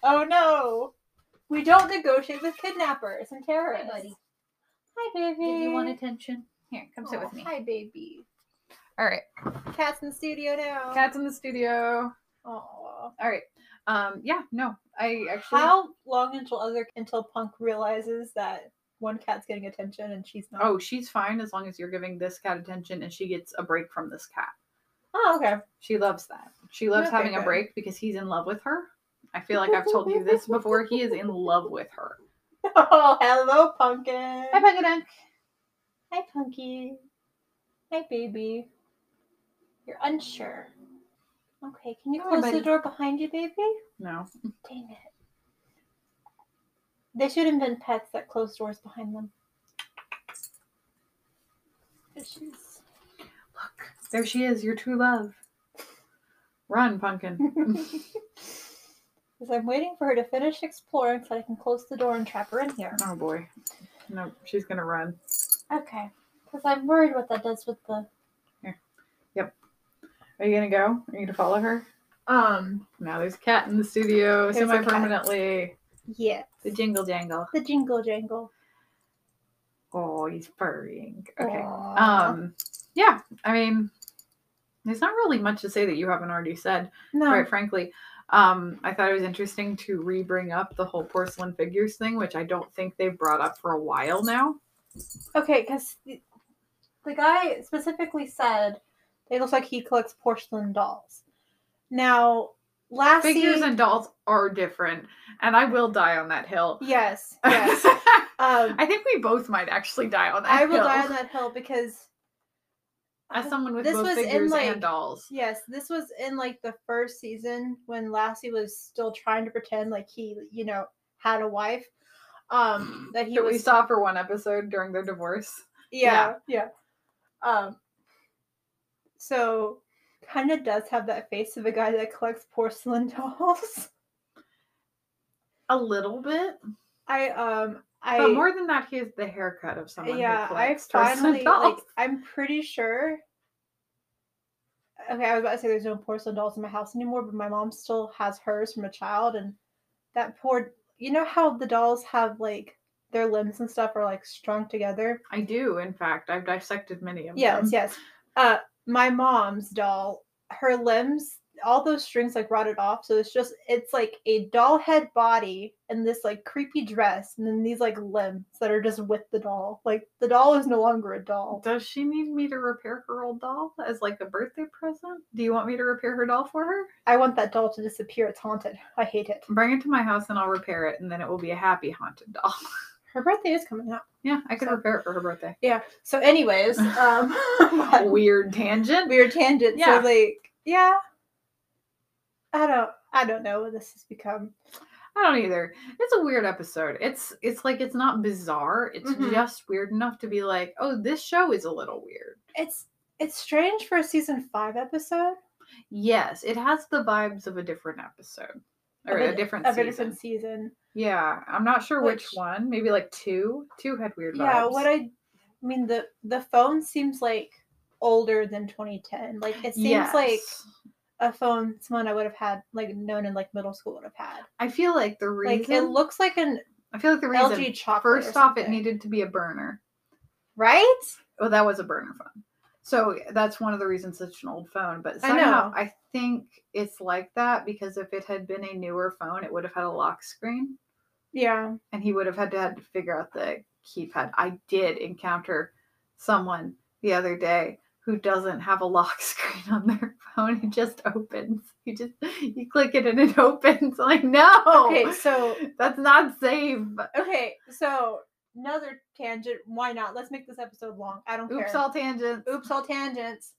Oh no. We don't negotiate with kidnappers and terrorists.
buddy.
Hi, baby.
attention here come sit
Aw,
with me
Hi, baby.
all right
Cat's in the studio now.
cats in the studio
Aw.
all right um yeah no i actually
How long until other until Punk realizes that one cat's getting attention and she's not?
Oh, she's fine as long as you're giving this cat attention and she gets a break from this cat.
Oh, okay. [laughs]
She loves that. She loves
Okay,
having a
good.
break because he's in love with her. I feel like I've told you
[laughs]
this before. He is in love with her.
Oh, hello, Pumpkin.
Hi, Punkadunk.
Hi, Punky. Hi, baby. You're unsure. Okay, can you
Hi,
close
buddy.
the door behind you, baby?
No.
Dang it. They should invent pets that close doors behind them. Fishes.
Look, there she is, your true love. Run,
[laughs]
Pumpkin.
Because I'm waiting for her to finish exploring so I can close the door and trap her in here.
oh boy. No, she's gonna run.
Okay. Because I'm worried what that does with the.
Are you gonna go? Are you gonna follow her?
Um.
Now there's a cat in the studio
There's a cat.
semi permanently.
Yeah.
The jingle jangle.
The jingle jangle.
Oh, he's purring. Okay.
Aw.
um yeah i mean there's not really much to say that you haven't already said
No.
quite frankly um i thought it was interesting to re-bring up the whole porcelain figures thing which i don't think they've brought up for a while now
Okay, because the, the guy specifically said it looks like he collects porcelain dolls. Now, Lassie.
figures and dolls are different and i will die on that hill [laughs]
yes, yes. um,
i think we both might actually die on that
I will
hill
die on that hill because.
[laughs] as someone with
This
both
was in,
figures
like-
and dolls
Yes, this was in like the first season when Lassie was still trying to pretend like he, you know, had a wife. Um, that he
that
was
we saw for one episode during their divorce
Yeah, yeah. Um, so kind of does have that face of a guy that collects [laughs] porcelain dolls.
a little bit
I um I
but more than that, he has the haircut of someone. who
yeah, I
collects person
finally like
dolls.
I'm pretty sure. Okay, I was about to say there's no porcelain dolls in my house anymore, but my mom still has hers from a child, and that poor. You know how the dolls have like their limbs and stuff are like strung together.
I do, in fact. I've dissected many of
Yes,
them.
yes. Uh, my mom's doll, her limbs, all those strings like rotted off, so it's just it's like a doll head body and this like creepy dress, and then these like limbs that are just with the doll. Like the doll is no longer a doll.
Does she need me to repair her old doll as like a birthday present? Do you want me to repair her doll for her?
I want that doll to disappear. It's haunted. I hate it.
Bring it to my house and I'll repair it, and then it will be a happy haunted doll. [laughs]
Her birthday is coming up.
yeah, I could
So-
repair it for her
[laughs]
birthday.
Yeah. So, [laughs] anyways, um, we
Weird tangent.
weird tangent.
Yeah.
So, like, yeah. I don't. I don't know what this has become.
I don't either. It's a weird episode. It's it's like it's not bizarre. It's
Mhm.
just weird enough to be like, oh, this show is a little weird.
It's it's strange for a season five episode
Yes, it has the vibes of a different episode or
Of
a,
a-
different
of
season.
a different season.
Yeah, I'm not sure which,
Which-
one. Maybe like two. Two had weird vibes.
Yeah. What I, I mean the the phone seems like older than 2010. Like it seems like
Yes.
a phone someone I would have had like known in like middle school would have had.
I feel like the reason.
Like it looks like an
I feel like the reason.
LG chocolate. or
first off, it
something.
needed to be a burner.
right.
Oh, that was a burner phone. So that's one of the reasons it's an old phone. But
I
somehow
know.
I, think it's like that because if it had been a newer phone, it would have had a lock screen,
Yeah.
and he would have had to had to figure out the keypad. I did encounter someone the other day who doesn't have a lock [laughs] screen on their phone. It just opens. You just you click it and it [laughs] opens. like no.
Okay. So
That's not safe.
okay. So another tangent. Why not? Let's make this episode long. I don't
Oops,
care.
all tangents.
Oops, all tangents.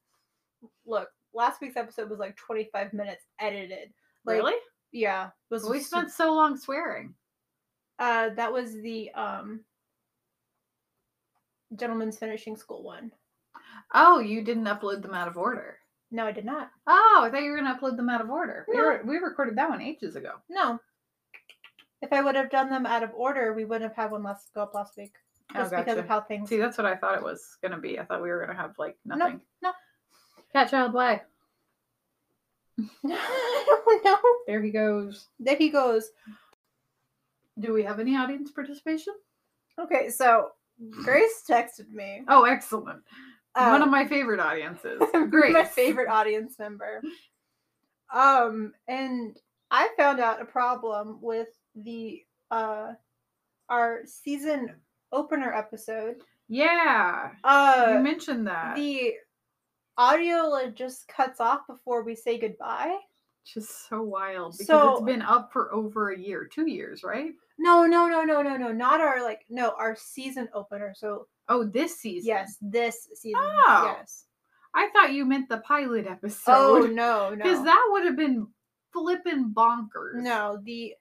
Look, last week's episode was like 25 minutes edited. Like,
really?
Yeah. Was
We
su-
spent so long swearing.
Uh, that was the um. Gentleman's finishing school one.
Oh, you didn't upload them out of order.
No, I did not.
Oh, I thought you were gonna upload them out of order. We,
No.
were, we recorded that one ages ago.
No. If I would have done them out of order, we wouldn't have had one last go up last week.
Oh,
Just because
gotcha.
of how things.
See, that's what I thought it was gonna be. I thought we were gonna have like nothing.
no.
Cat child, why?
[laughs] I don't know.
There he goes.
There he goes.
Do we have any audience participation?
Okay, so Grace texted me.
Oh, excellent. one
uh,
of my favorite audiences. Great.
Grace. [laughs] my favorite audience member. Um, and I found out a problem with the uh our season opener episode.
Yeah. you
Uh
mentioned that.
the audio like, just cuts off before we say goodbye.
Just so wild because
So-
it's been up for over a year, two years, right?
No, no, no, no, no, no. Not our like no, our season opener. So
Oh, this season.
yes, this season.
Oh.
Yes.
I thought you meant the pilot episode.
oh [laughs] no, no.
Because that would have been flippin' bonkers.
No, the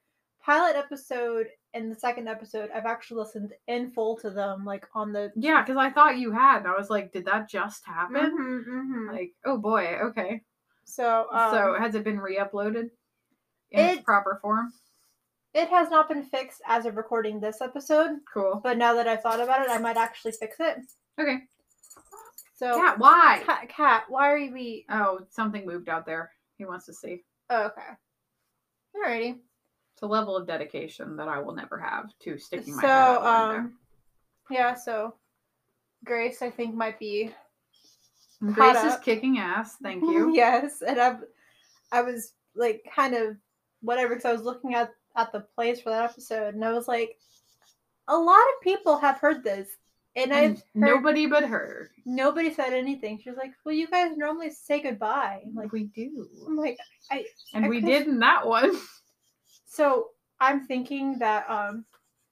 pilot episode and the second episode, I've actually listened in full to them, like on the.
Yeah, because I thought you had. And I was like, did that just happen?
Mhm, mhm.
Like, oh boy, okay.
So, um,
so has it been re uploaded in its
it-
proper form?
it has not been fixed as of recording this episode,
Cool.
but now that I've thought about it, I might actually fix it.
Okay.
So,
Cat, why?
Cat, Cat, why are we?
Oh, something moved out there. He wants to see.
Oh, okay. Alrighty.
It's a level of dedication that I will never have to sticking my
So,
head out a window.
um, yeah. So, Grace, I think might be
And
caught
Grace is
up.
kicking ass.
[laughs]
Thank you.
yes, and I, I was like kind of whatever because I was looking at at the plays for that episode, and I was like, a lot of people have heard this, and I've
And
heard nobody
nobody but her.
nobody said anything. She was like, "Well, you guys normally say goodbye." I'm like,
we do.
I'm like,
And
I
we
could've-
did in that one. [laughs]
so I'm thinking that um.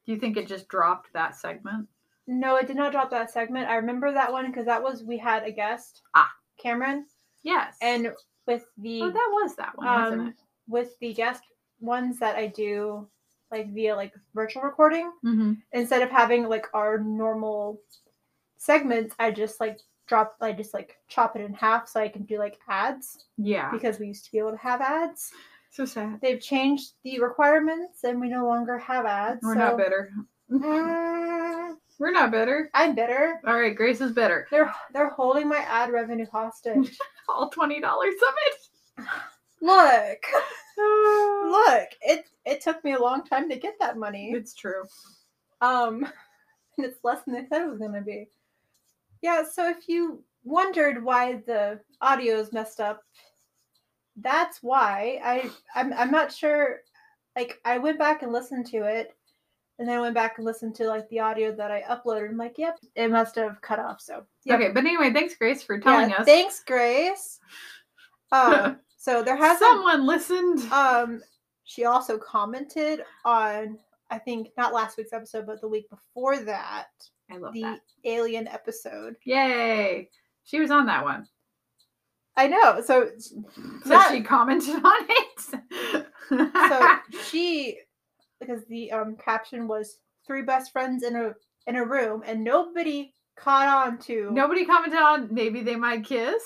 Do you think it just dropped that segment?
No, it did not drop that segment. I remember that one because that was we had a guest,
Ah.
Cameron,
Yes.
and with the
oh, that was that one, wasn't
um,
it?
with the guest ones that I do like via like virtual recording,
Mm-hmm.
instead of having like our normal segments, I just like drop I just like chop it in half so I can do like ads
Yeah.
because we used to be able to have ads.
So sad.
They've changed the requirements and we no longer have ads.
We're
so
not better.
Mm,
We're not bitter.
[laughs] I'm bitter.
All right, Grace is bitter.
They're they're holding my ad revenue hostage.
All twenty dollars of it. [laughs]
Look,
Ah,
look. It it took me a long time to get that money.
It's true.
Um, [laughs] and it's less than I thought it was gonna be. Yeah, so if you wondered why the audio is messed up, that's why. I I'm I'm not sure. Like I went back and listened to it, and then I went back and listened to like the audio that I uploaded. I'm like, yep, it must have cut off. So yeah,
Okay, but anyway, thanks Grace for
Yeah,
telling us.
Thanks,
[laughs]
Grace. Um, so there has not
Someone listened.
um she also commented on i think not last week's episode but the week before that
I love
the
that.
alien episode
Yay! She was on that one,
i know so
so
That-
she commented [laughs] on it. [laughs]
so she because the um caption was three best friends in a in a room and nobody caught on to
Nobody commented on maybe they might kiss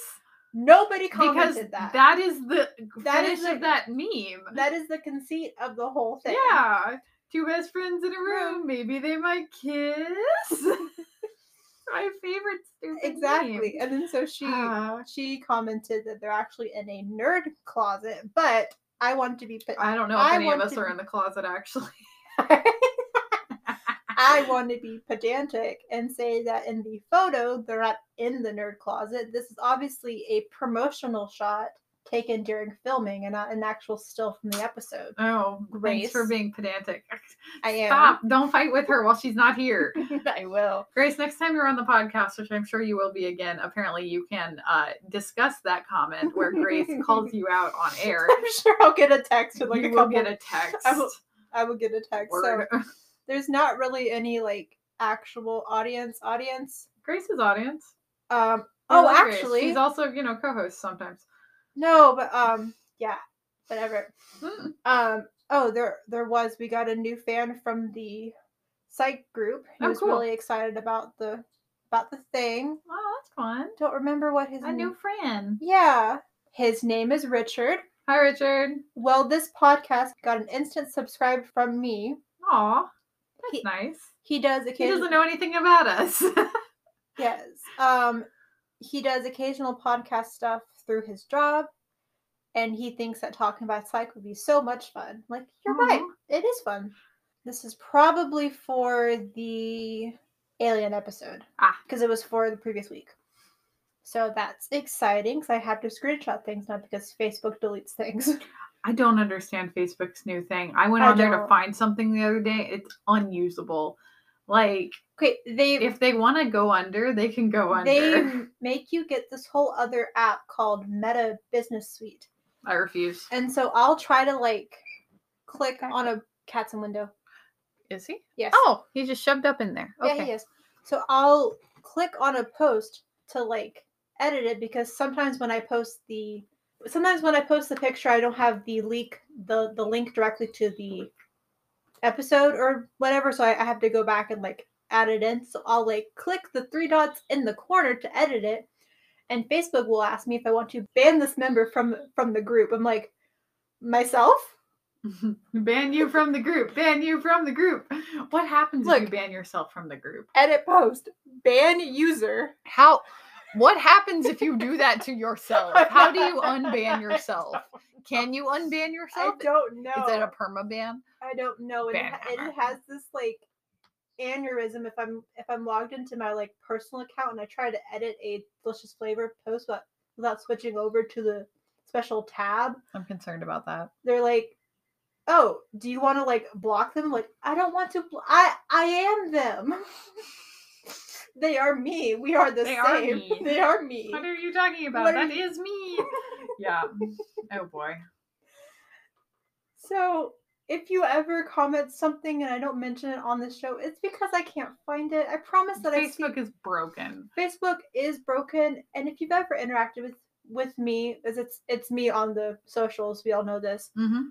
nobody
because
commented that.
that is the
That
finish
is
of
the-
that meme.
that is the conceit of the whole thing
Yeah, two best friends in a room. Maybe they might kiss. [laughs] My favorite stupid meme.
exactly and then so she
Ah,
she commented that they're actually in a nerd closet but i want to be put
I don't know if
I
any of
want
us
to-
are in the closet actually.
I want to be pedantic and say that in the photo, they're not in the nerd closet. This is obviously a promotional shot taken during filming and not an actual still from the episode.
Oh, thanks for
Grace.
being pedantic.
I am.
Stop! Don't fight with her while she's not here. [laughs]
[laughs] I will.
Grace, next time you're on the podcast, which I'm sure you will be again, apparently you can uh, discuss that comment where
[laughs]
Grace calls you out on air.
I'm sure I'll get a text with like
you
a
will
couple.
get a text.
I will- I will get a text.
Word. [laughs]
So there's not really any like actual audience audience.
Grace's audience.
Um.
We
Oh,
love Grace.
actually,
she's also you know co-host sometimes.
no. But um. Yeah. Whatever.
Mm.
Um. Oh, there there was. We got a new fan from the psych group. He
Oh,
was
cool.
really excited about the about the thing.
Oh, that's fun.
Don't remember what his
A new friend.
Yeah, his name is Richard.
Hi, Richard.
Well, this podcast got an instant subscribe from me.
Aw, that's
He-
nice.
He does
He
occasionally.
doesn't know anything about us. [laughs]
Yes. Um, he does occasional podcast stuff through his job, and he thinks that talking about psych would be so much fun. Like you're right.
Aw.
It is fun. This is probably for the alien episode.
Ah.
Because it was for the previous week. So that's exciting because I have to screenshot things now because Facebook deletes things. [laughs]
I don't understand Facebook's new thing. I went
I
on there to
don't.
find something the other day. It's unusable. Like
okay, they
if they want to go under, they can go under.
they m- make you get this whole other app called Meta Business Suite.
I refuse.
And so I'll try to like click
Okay.
on a cat's in window.
Is he?
Yes.
Oh, he just shoved up in there.
Yeah, he is. So I'll click on a post to like edit it because sometimes when I post the sometimes when I post the picture I don't have the link the the link directly to the episode or whatever so I, I have to go back and like add it in so I'll like click the three dots in the corner to edit it and Facebook will ask me if I want to ban this member from from the group I'm like myself
[laughs] ban you from the group. Ban you from the group. What happens if you
Look.
ban yourself from the group?
edit post ban user
How? What happens if you do that to [laughs] yourself? How do you unban yourself? Can you unban
I
yourself?
don't know
Is it a perma ban?
I don't know. And it,
Bad
ha- and
habit.
it has this like aneurysm if I'm if I'm logged into my like personal account and I try to edit a delicious flavor post without, without switching over to the special tab,
I'm concerned about that.
they're like, "Oh, do you want to like block them?" Like, I don't want to. Bl- I I am them. [laughs] they are me. We are the
They are
same.
me.
[laughs] They are me.
What are you talking about?
What are
That is
[laughs]
me. yeah. Oh boy.
So if you ever comment something and I don't mention it on the show, it's because I can't find it. I promise that I see
Facebook is broken.
Facebook is broken, and if you've ever interacted with with me, as it's it's me on the socials, we all know this.
Mm-hmm.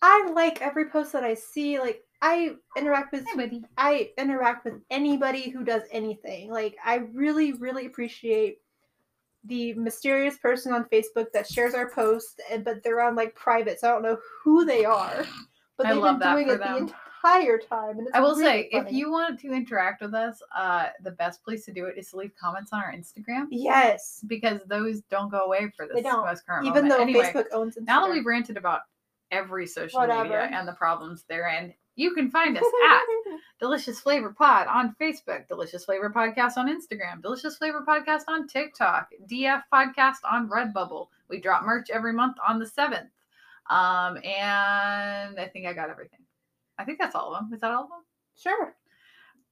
I like every post that I see. Like I interact with
buddy.
I interact with anybody who does anything. Like I really really appreciate the mysterious person on Facebook that shares our posts, and but they're on like private, so I don't know who they are. But
I
they've
love
been
that
doing
for
it the
them.
entire entire time. And it's
I will
really
say, if
funny.
you wanted to interact with us, uh, the best place to do it is to leave comments on our Instagram
yes,
because those don't go away for this
don't.
most current moment.
even though
anyway,
Facebook owns Instagram,
now that we've ranted about every social media
Whatever.
and the problems therein, you can find us at
[laughs]
Delicious Flavor Pod on Facebook, Delicious Flavor Podcast on Instagram, Delicious Flavor Podcast on TikTok, DF Podcast on Redbubble. We drop merch every month on the 7th. Um, and I think I got everything. I think that's all of them. Is that all of them?
sure.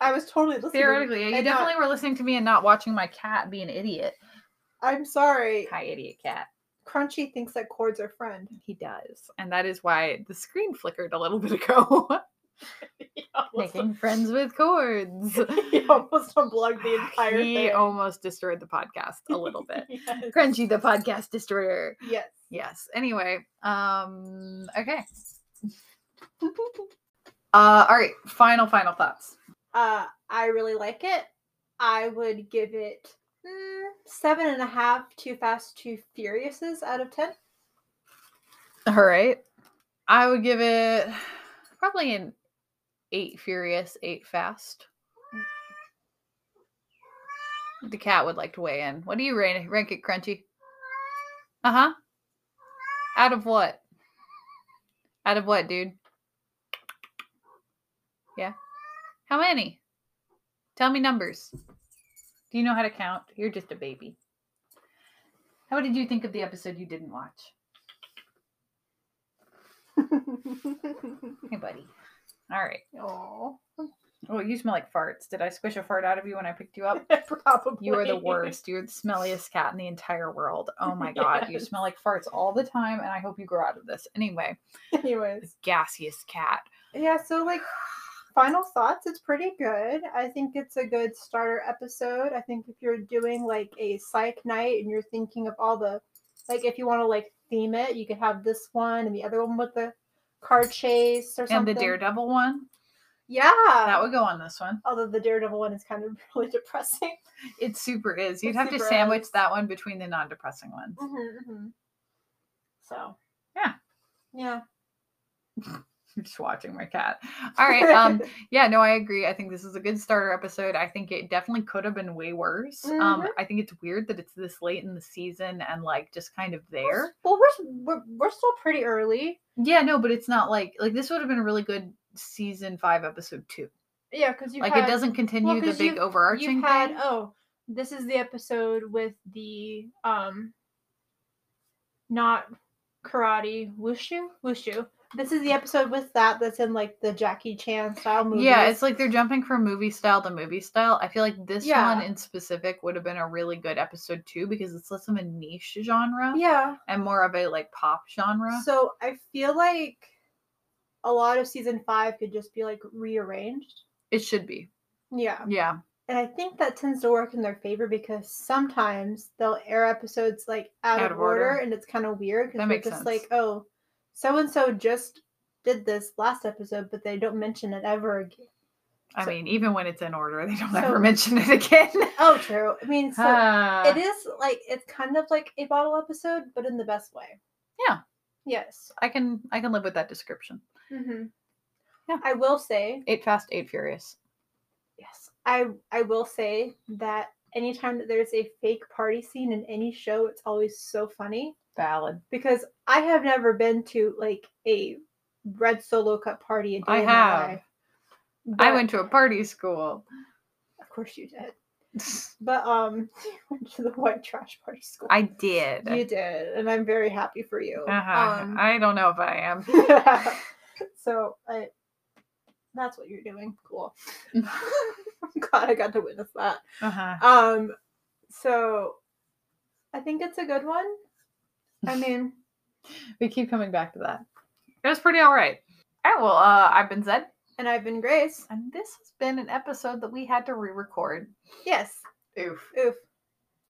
I was totally listening.
Theoretically, you
and not-
definitely were listening to me and not watching my cat be an idiot.
I'm sorry.
Hi, idiot cat.
Crunchy thinks that Cord's our friend.
He does. And that is why the screen flickered a little [laughs] bit ago.
[laughs] He almost,
Making friends with
[laughs]
cords.
he almost [laughs] unplugged the entire
he
thing.
almost destroyed the podcast a little bit.
yes.
Crunchy, the podcast destroyer.
Yes.
Yes. Anyway, um, okay. [laughs] Uh, all right. Final, final thoughts.
Uh, I really like it. I would give it mm, seven and a half Too Fast, Too Furiouses out of [laughs] ten.
All right. I would give it probably an eight furious, eight fast. The cat would like to weigh in. What do you rank, rank it, Crunchy? Uh huh. Out of what? Out of what, dude? Yeah. How many? Tell me numbers. Do you know how to count? You're just a baby. How did you think of the episode you didn't watch? Hey, buddy. All right.
Oh,
Oh, you smell like farts. Did I squish a fart out of you when I picked you up?
[laughs] probably.
You are
[laughs]
the worst. You're the smelliest cat in the entire world. Oh my god, you smell like farts all the time, and I hope you grow out of this. Anyway,
Anyways,
gaseous cat.
yeah. So like, final thoughts. It's pretty good. I think it's a good starter episode. I think if you're doing like a psych night and you're thinking of all the, like, if you want to like theme it, you could have this one and the other one with the car chase or something. Uh,
And the daredevil one
Yeah.
that would go on this one.
Although the Daredevil one is kind of [laughs] really depressing.
It super is. You'd
It
have to
super
sandwich
is.
that one between the non-depressing ones.
So.
Mm-hmm, Yeah.
Yeah.
I'm [laughs] just watching my cat. All right.
[laughs]
Um. yeah. No, I agree. I think this is a good starter episode. I think it definitely could have been way worse. Um.
Mhm.
I think it's weird that it's this late in the season and like just kind of there.
Well, we're, s- we're we're still pretty early.
Yeah, no, but it's not like like this would have been a really good season five episode two.
Yeah, because you
like it doesn't continue the
'cause
big
you've-
overarching
You've had
thing.
oh, this is the episode with the um, not karate wushu wushu. This is the episode with that that's in like the Jackie Chan style movie.
yeah, it's like they're jumping from movie style to movie style. I feel like this
Yeah.
one in specific would have been a really good episode two because it's less of a niche genre
yeah.
and more of a like pop genre.
So I feel like a lot of season five could just be like rearranged.
It should be.
Yeah.
Yeah.
And I think that tends to work in their favor because sometimes they'll air episodes like out, of order, and it's kind of weird
That
because
makes
they're just
sense.
like, oh, so and so just did this last episode, but they don't mention it ever again.
I
So-
mean, even when it's in order, they don't
So-
ever mention it [laughs] again.
Oh, true. I mean, so
[laughs] Ah.
it is like it's kind of like a bottle episode, but in the best way.
Yeah.
Yes.
I can I can live with that description.
Mm-hmm.
Yeah.
I will say
Eight fast, eight furious.
Yes. I I will say that anytime that there's a fake party scene in any show, it's always so funny
Valid.
because I have never been to like a red solo cup party a day
I
in
have.
my life.
I
but-
went to a party school. [laughs]
Of course you did. But um [laughs] you went to the white trash party school.
I did.
you did, and I'm very happy for you.
Uh-huh.
Um,
I don't know if I am.
[laughs] so I that's what you're doing. Cool.
Mm.
[laughs] I'm glad I got to witness that.
Uh-huh.
Um, so I think it's a good one. I mean,
We keep coming back to that. It was pretty all right. All right. Well, uh, I've been Zed,
and I've been Grace.
and this has been an episode that we had to re-record.
Yes.
Oof.
Oof.